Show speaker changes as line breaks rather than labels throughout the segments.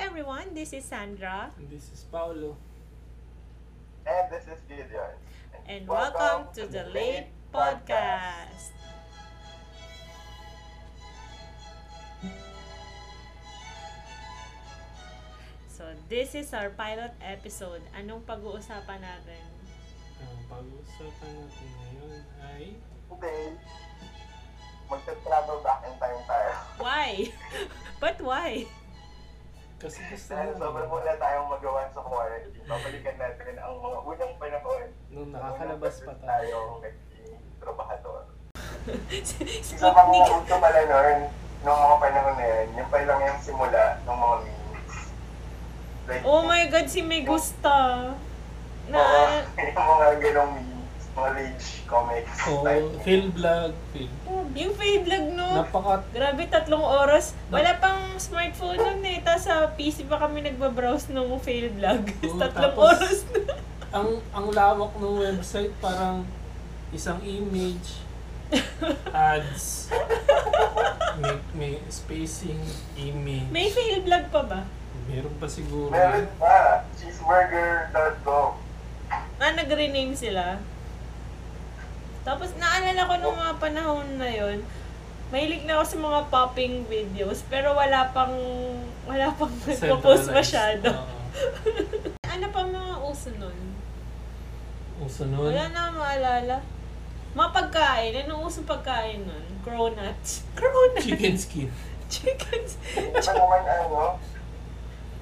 everyone. This is Sandra,
And This is Paolo.
And this is Gideon.
and welcome to the Late Podcast. So, this is our pilot episode. Anong pag-uusapan natin?
Ang pag-uusapan natin ngayon ay
Today, magta-travel back in time tayo.
Why? But why?
kasi gusto
Dahil sobrang
namin
wala tayong magawa sa quarantine, babalikan natin ang mga unang panahon.
nung
Nung
nakakalabas pa
nag-first
tayo.
naging trabahador. Isa pa mga
Sputnik.
punto pala nun, nung mga panahon na yun, yung pa lang yung simula ng mga memes. Like,
Oh my God, si May gusta. Na,
Oo, yung mga ganong memes, mga rage comics.
Oo,
like,
film vlog, film.
yung fade lag, no?
Napaka
Grabe, tatlong oras. Wala pang smartphone nun eh. Tapos sa PC pa kami nagbabrowse nung failed vlog.
Oo,
tatlong
tapos-
oras na.
ang ang lawak ng website parang isang image ads may, may spacing image
May failed vlog pa ba?
meron pa siguro
Meron pa, cheeseburger.com.
Ah, nag-rename sila. Tapos naalala ko nung mga panahon na yon, mahilig na ako sa mga popping videos, pero wala pang, wala pang nagpo-post
Centralized.
masyado.
Oo.
Ano pa mga uso nun?
uso nun
Wala na akong maalala. Mga pagkain, anong uso pagkain nun? Cronuts. Cronuts?
chicken skin
Chickens.
Hindi pa naman ano,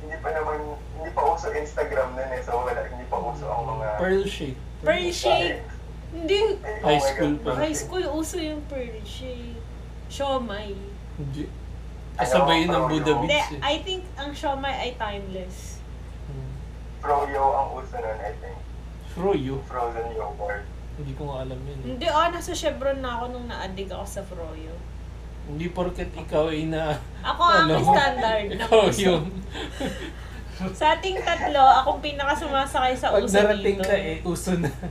hindi pa naman, hindi pa uso Instagram nun eh. So wala, hindi pa uso ang mga...
pearl shape
Pearl shake. Hindi,
Eh,
High
my
school
God.
pa.
high school uso yung pearl shake. Siomay.
Hindi.
Ano,
Kasabay yun ng
parang
Buddha
yung-
Hindi,
Beach eh.
I think ang siomay ay timeless.
Hmm.
Froyo ang uso nun, I think.
Froyo.
Frozen yogurt.
Hindi ko nga alam yun eh.
Hindi, oh, nasa Chevron na ako nung na-addict ako sa Froyo.
Hindi porket ikaw ay na...
Ako ang
Ano?
standard ng
Ikaw
uso.
yung...
Sa ating tatlo, akong pinakasumasakay sa
Pag
uso
narating
dito.
ka eh, uso na.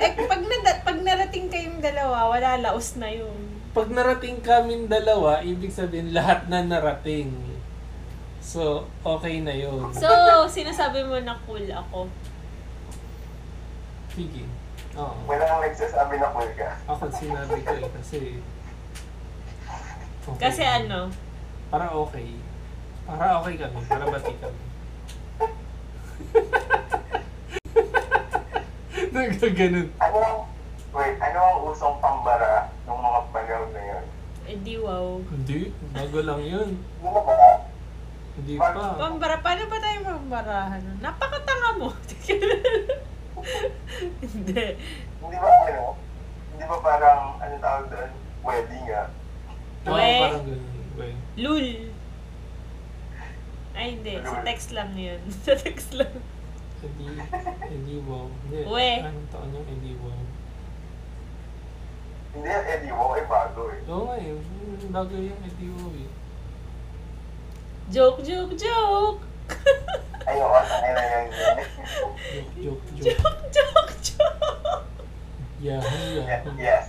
Eh, pag, nada- pag narating kayong dalawa, wala laos na yun.
Pag narating kaming dalawa, ibig sabihin lahat na narating. So, okay na yun.
So, sinasabi mo na cool ako.
Sige. Oo.
Wala nang nagsasabi na cool ka.
Ako sinabi ko eh, kasi... okay.
Kasi ano,
Para okay. Para okay kami. Para bati kami. Nagkaganon.
Ano, wait, ano ang usong pambara ng mga panahon na yun?
hindi wow.
Hindi. Bago lang yun.
Ano ba?
Hindi pa.
Pambara, paano ba tayo mambarahan? Napakatanga mo. hindi.
Hindi ba ano? Hindi ba parang, ano tawag doon? Wedding ah.
Oo,
Weh.
parang ganun. Weh.
Lul. Ay, hindi.
Ano?
Sa text lang yun. Sa text lang.
Hindi, hindi wow. Hindi.
Weh.
Anong taon yung hindi wow?
Hindi yan Eddie Wong ay bago eh.
Oo nga eh. Mm, Bago yung hindi wow eh.
Joke, joke, joke!
Ayoko, tangin na yan.
Joke, joke, joke.
joke, joke, joke!
Yahoo,
Yes,
yahoo.
yes.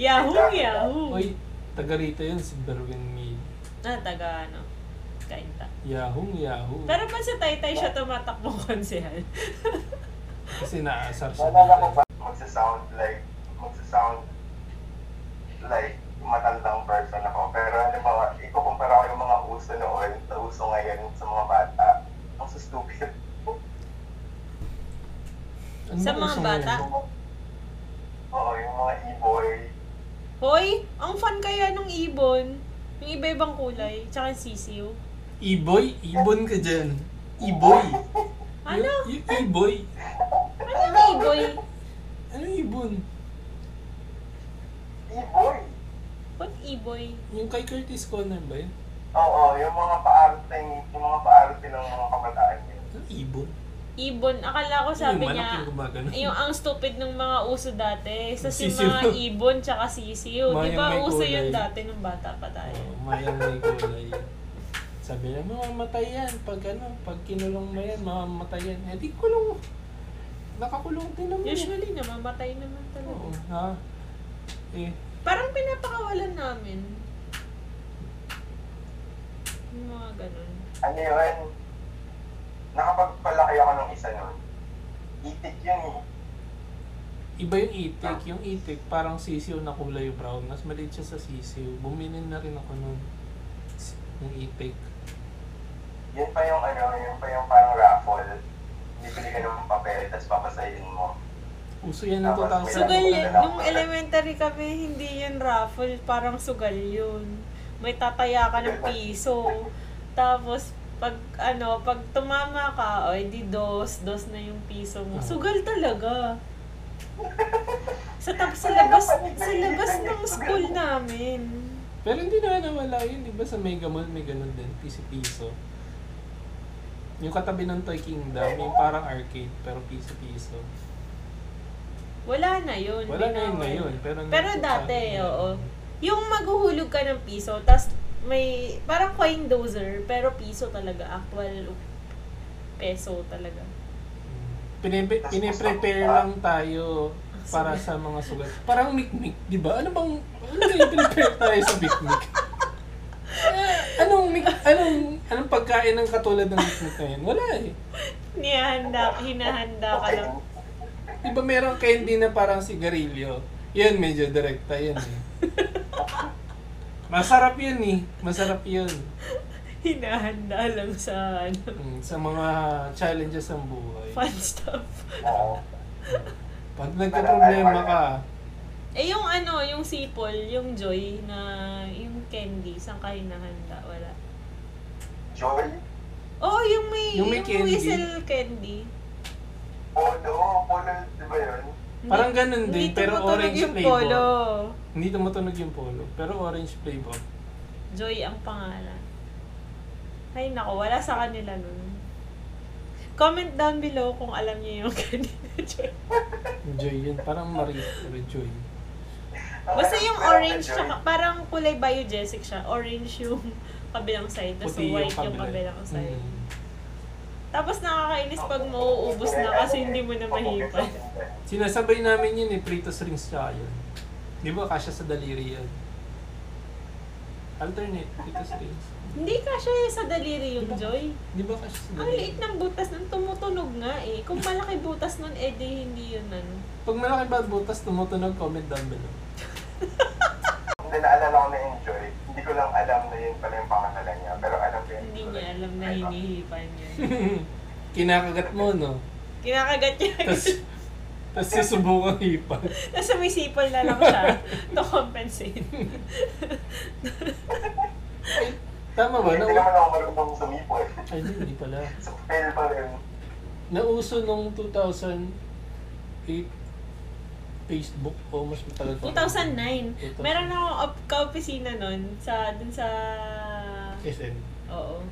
Yahoo, yahoo!
Uy, taga rito yun si Darwin Mead.
Ah, taga ano. Kainta.
Yahoo, yahoo.
Pero pa sa taytay siya tumatakbo konsehal.
Kasi naasar siya.
Nalala
dito.
ko ba, magsasound like, magsasound like matandang person ako. Pero ano ba, ikukumpara ko yung mga uso noon sa uso ngayon sa mga bata. Ang so stupid.
Ano
Sa
ba
mga
uso
bata?
ngayon?
Oo, yung mga e-boy.
Hoy, ang fun kaya nung ibon. Yung iba-ibang kulay, tsaka yung sisiw.
Iboy? Ibon ka dyan. Iboy.
Ano?
Y- y- iboy.
Ano yung iboy?
Ano ibon?
E-boy!
What iboy?
Yung kay Curtis Conner ba yun?
Oo, yung mga paarte, yung mga paarte ng mga kabataan yun.
Ano ibon?
Ibon, akala ko sabi
yung manok
niya,
yung gumagano.
yung ang stupid ng mga uso dati. Sa si
Sisiw.
mga ibon tsaka sisiw.
Mga
Di ba
may
uso
kulay.
yun dati nung bata pa tayo?
Oo, mayang may Oh, kulay. Sabi niya, mamamatay yan. Pag ano, pag kinulong mo yan, mamamatay yan. Eh, di kulong. Nakakulong din naman. yan.
Usually namamatay naman
Oo,
talaga.
ha? Eh,
Parang pinapakawalan namin. Yung mga ganun.
ano yun, nakapagpalaki ako ng isa nun. Itik yun eh.
Iba yung itik. Yung itik, parang sisiw na kulay brown. Mas maliit siya sa sisiw. Bumili na rin ako nun. S- Yung itik.
Yun pa yung ano, yun pa yung parang raffle. Bibili ka ng papel, tapos papasayin mo.
Uso yan ng
Sugal
2000.
yun. Nung elementary kami, hindi yun raffle. Parang sugal yun. May tataya ka ng piso. Tapos, pag ano, pag tumama ka, o edi dos, dos na yung piso mo. Sugal talaga. Sa tap sa labas, sa labas ng school namin.
Pero hindi na nawala yun. Di ba sa Mega Mall may ganun din? Piso-piso. Yung katabi ng Toy Kingdom, yung parang arcade, pero piso-piso.
Wala na yun.
Wala na yun
Binawal.
ngayon. Pero,
Pero
nandun sa
dati,
akin.
oo. Yung maghuhulog ka ng piso, tas may parang coin dozer, pero piso talaga, actual peso talaga.
Pinipe, piniprepare lang tayo para sa mga sugat. Parang mikmik, di ba? Ano bang, ano yung prepare tayo sa mikmik? Eh, Anong, mik, anong, anong pagkain ng katulad ng mikmik na yan? Wala eh.
Nihanda, hinahanda ka lang.
Di ba merong candy na parang sigarilyo? Yan, medyo direkta yan eh. Masarap yun eh. Masarap yun.
Hinahanda lang sa ano,
Mm, Sa mga challenges ng buhay.
fun stuff.
Oo.
Pag nagka-problema ka,
Eh yung ano, yung sipol, yung joy na yung candy, saan ka hinahanda? Wala.
Joy,
Oh, yung may, yung,
Yung may candy.
whistle candy.
polo, polo, di ba yun?
Hindi-
parang ganun
hindi
din, pero
tumutunog
orange
yung
flavor.
polo.
Hindi tumutunog yung polo, pero orange flavor.
Joy ang pangalan. Ay nako, wala sa kanila nun. Comment down below kung alam niyo yung kanina Joy.
Joy yun, parang Marie, pero Joy.
Ang
Basta
alam
yung
ko lang
orange,
na Joy,
tsaka, parang kulay biogesic siya. Orange yung kabilang side, tapos
Puti
white
yung
yung
kabila.
kabilang side.
Mm.
Tapos nakakainis pag mauubos na kasi hindi mo na mahipan.
Sinasabay namin yun eh, Pritos Rings tsaka yun. Di ba, kasya sa daliri yun. Alternate, Pritos Rings.
Hindi ka siya sa daliri yung Joy.
Di ba kasya sa
Ang
daliri?
liit ng butas nun, tumutunog nga eh. Kung malaki butas nun, eh di hindi yun ano.
Pag malaki ba ang butas, tumutunog, comment down below.
Hindi naalala ko na yung Joy. Hindi ko lang alam na yun pala yung pangalan niya. Pero alam ko yun.
Hindi niya alam na eh. hinihipan niya.
Kinakagat mo, no?
Kinakagat niya.
Tapos, tapos susubukang hipan.
Tapos may sipol na lang siya to compensate.
Tama ba?
Hindi
Nau-
naman ako marunong sumipo eh.
Ay, di, hindi pala.
Sa fail pa rin.
Nauso nung 2008 Facebook o mas matagal pa.
2009.
2009.
Meron ako op- kaopisina nun sa, dun sa,
SM.
oo.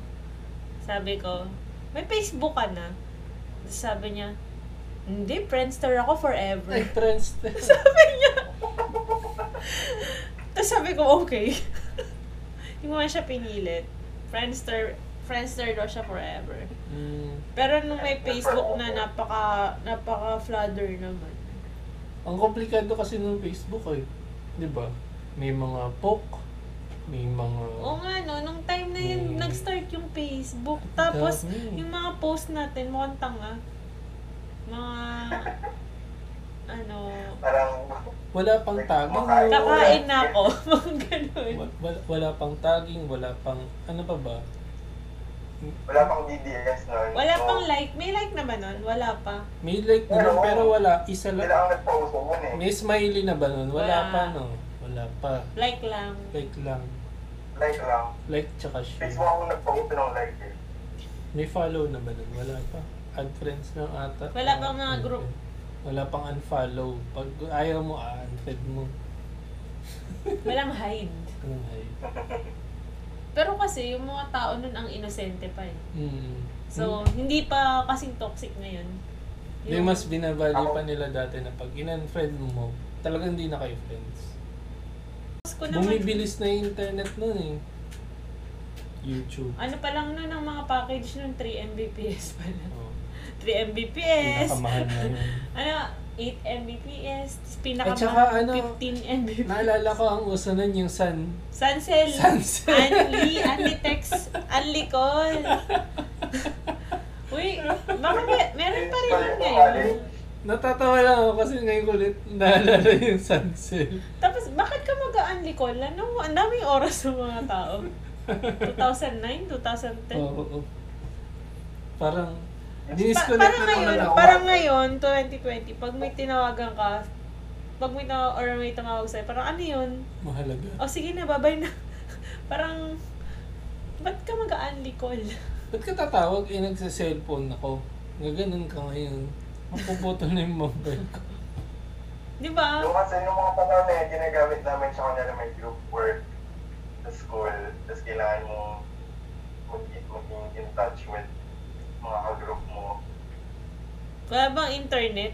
Sabi ko, may Facebook ka na. Tapos Sabi niya, hindi, Friendster ako forever.
Ay, trends.
sabi niya. Tapos sabi ko, okay. Hindi mo nga siya pinilit. Friendster, Friendster daw siya forever.
mm,
Pero nung may Facebook na napaka, napaka flutter naman.
ang komplikado kasi ng Facebook eh. Di ba? May mga poke, may mga...
Oo nga no, nung time na
Mm.
yun, nag-start yung Facebook. Tapos,
Dami.
yung mga post natin, mukhang tanga. Mga, ano,
Parang,
Wala pang tagging.
Kakain.
kakain na ako. Mga ganun.
Wa- Wala, wala pang tagging, wala pang... Ano pa ba?
wala pang DDS nun.
Wala
So,
pang like. May like naman nun. Wala pa.
May like na nun,
Pero-
pero wala. Isa lang.
Sila ang nagpauso nun eh.
May smiley na ba nun? Wala
Wala.
pa, no? Wala pa.
Like lang.
Like lang.
Like lang.
Like tsaka share.
Facebook ako nagpauso ng like eh.
May follow na ba nun? Wala pa. Add friends lang ata.
Wala pang mga group.
Wala pang unfollow. Pag ayaw mo, unfed mo.
Walang hide.
Anong hay?
Pero kasi, yung mga tao nun ang inosente pa eh.
Mm.
So, hindi pa kasing toxic ngayon.
Hindi mas binavalue pa nila dati na pag in-unfriend mo, talagang hindi na kayo friends.
Tapos ko naman-
Bumibilis na yung internet nun eh. YouTube.
Ano pa lang nun ang mga package nun? 3 Mbps pa lang.
Oh,
3 Mbps.
Pinakamahal na yun.
Ano, 8 Mbps, tapos
At saka
pinaka
ano,
15 Mbps.
Naalala ko ang uso nun yung sun.
Sansel,
Sansel.
Anli, Anlitex, Anlicol. Uy, baka may, meron pa rin yun ngayon.
Natatawa lang ako kasi ngayon kulit naalala yung eh. sunset.
Tapos, bakit ka mag-Anlicol? Ano, ang daming oras ng mga tao. 2009, 2010.
Oo, oo. Parang,
Pa- parang
dinisconnect na lang
ngayon,
ako.
parang ngayon, 2020, pag may tinawagan ka, pag may tawag, or may tumawag sa'yo, parang ano yun?
Mahalaga.
O sige na, babay na. parang, ba't ka mag-unlicall?
Ba't ka tatawag? Eh, nagsa-cellphone ako. Gaganon ka ngayon. Mapuputol na yung mobile ko.
Di ba?
Yung kasi yung mga panahon na yun, ginagamit namin siya kanya may group work sa school. Tapos kailangan mong mag- maging in touch with mga ka-group mo.
Wala bang internet?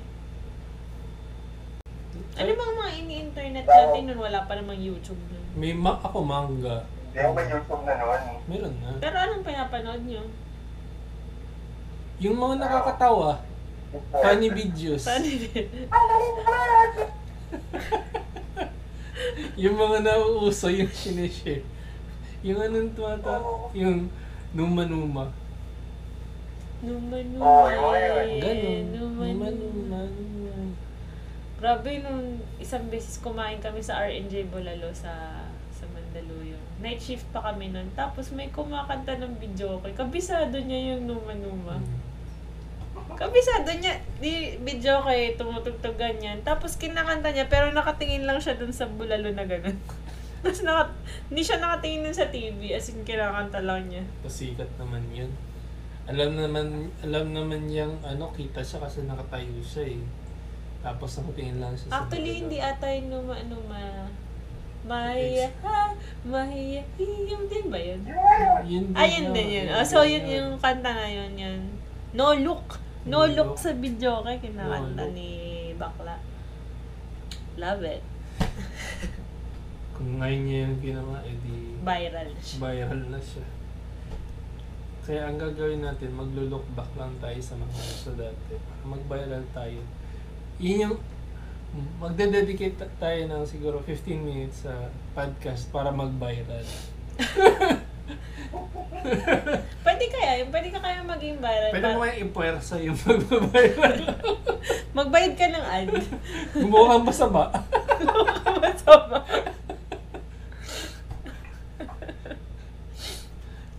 Ano bang mga ini-internet
Wala.
natin nun? Wala pa namang YouTube nun.
May ma ako manga.
Hindi ako may YouTube na noon.
Meron na.
Pero anong pinapanood nyo?
Yung mga nakakatawa, funny videos.
Saan
yung mga nauuso, yung sinishare. Yung anong tuwata,
Oo.
yung numa-numa.
Oo, Oh, yung
Numanuma.
mga yun.
Ganon. Numa-numa.
Eh, Numanuma. Grabe nung isang beses kumain kami sa R&J Bolalo sa sa Mandaluyong. Night shift pa kami nun. Tapos may kumakanta ng video ko. Kabisado niya yung numanuma. Kabisado niya. Di video ko eh, tumutugtog ganyan. Tapos kinakanta niya, pero nakatingin lang siya dun sa bulalo na ganun. Tapos naka, hindi siya nakatingin dun sa TV, as in kinakanta lang niya.
Pasikat naman yun. Alam naman, alam naman yung ano, kita siya kasi nakatayo siya eh. Tapos nakatingin lang siya sa
Actually,
dalawa.
hindi ata yung numa, ano, ma... Maya, ha, maya, hiyam din ba yun?
Yun din
Ayun din yun. Oh, so, yun yung kanta na yun, yun. No look. No,
No
look.
look.
sa video kay kinakanta
No look.
ni Bakla. Love it.
Kung ngayon niya yung ginawa, eh, edi
Viral siya.
viral na siya. Kaya ang gagawin natin, maglo-look back lang tayo sa mga nasa dati. Para mag-viral tayo. Yun yung, magdededicate ta- tayo ng siguro 15 minutes sa podcast para mag-viral.
Pwede kaya, pwede ka kaya maging viral.
Pwede
Par-
mo kaya ipuwersa yung mag-viral.
Magbayad ka ng ad.
Gumawa kang masama.
Masama.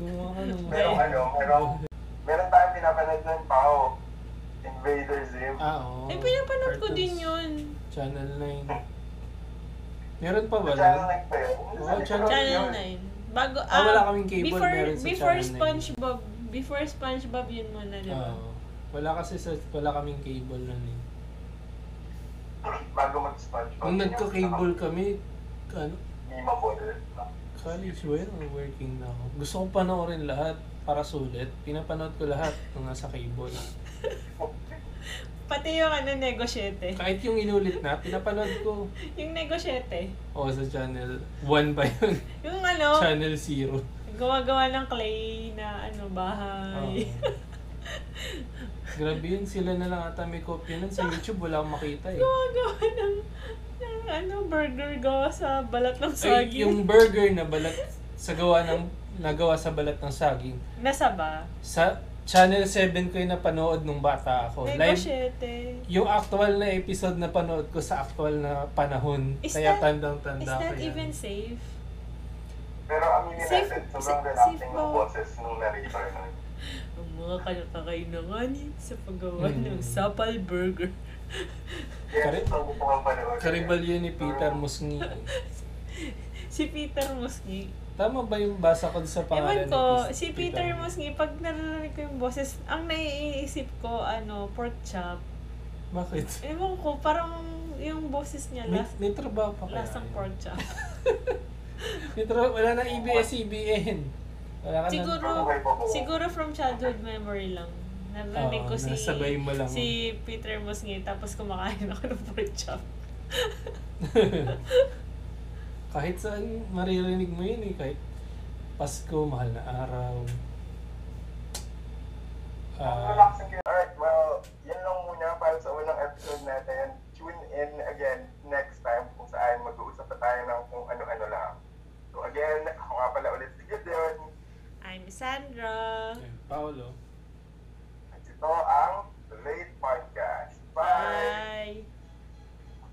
Gumawa ka ng
Pero
Ay.
ano, meron, meron tayong pinapanood ng PAO. Invader Zim.
Ah, oo.
Ay, Eh, pinapanood ko
Cartoons.
din yun.
Channel 9. Meron pa ba?
Channel eh. 9 pa yun.
Oo, Ah, Channel
Channel
Yun.
9. Bago,
Ah, wala kaming cable,
Before,
meron sa
before
Channel 9.
SpongeBob. Before SpongeBob yun muna, di ba?
Oo. wala kasi sa, wala kaming cable nun eh.
Bago mag-SpongeBob.
Nung nagka-cable kami, ano,
Memeable.
college ba yun? Or working na ako. Gusto ko panoorin lahat para sulit. Pinapanood ko lahat nung nasa cable.
Pati yung ano, negosyete.
Kahit yung inulit na, pinapanood ko.
Yung negosyete.
Oo, sa channel 1 pa yun.
Yung ano,
channel 0. Oo.
gumagawa ng clay na ano, bahay.
Grabe yun, sila na lang ata may kopya nun. Sa YouTube, wala akong makita eh.
gumagawa ng, ng ano, burger gawa sa balat ng
Ay,
saging.
yung burger na balat sa gawa ng nagawa sa balat ng saging.
Nasa ba?
Sa Channel 7 ko yung napanood nung bata ako. Oh, Live,
Negosyete.
yung actual na episode na panood ko sa actual na panahon.
Is
kaya
that-
tandang-tanda
Is
ko
that
yan.
even safe?
Pero aminin
Safe-
natin, sobrang
safe-
relaxing
safe
ng
ba?
boses nung narrator na yun.
Ang mga kalakakay na nga ni sa paggawa
Hmm.
ng sapal burger.
Yes,
Kari-
so gusto kong panoorin.
Karibal yun ni Peter Musngi.
Si Peter Musngi.
Tama ba yung basa ko sa Ano pangalan
Ewan ko,
ni
si Peter Musngi, pag narinig ko yung boses, ang naiisip ko, ano, pork chop.
Bakit?
Ewan ko, parang yung boses niya,
May,
last,
may trabaho pa kaya?
lasang
yun?
pork chop.
May trabaho, wala na E EBS-CBN. Wala ka na-
siguro, siguro from childhood memory lang. Narinig ko
Oo,
si,
nasabay mo lang.
si Peter Musngi, tapos kumakain ako ng pork chop.
kahit saan maririnig mo yun eh. Kahit Pasko, mahal na araw.
Ang
Ah,
relaxing kayo. Alright, well, yun lang muna para sa unang episode natin.
Paolo.
At ito ang Late Podcast. Bye!
Bye!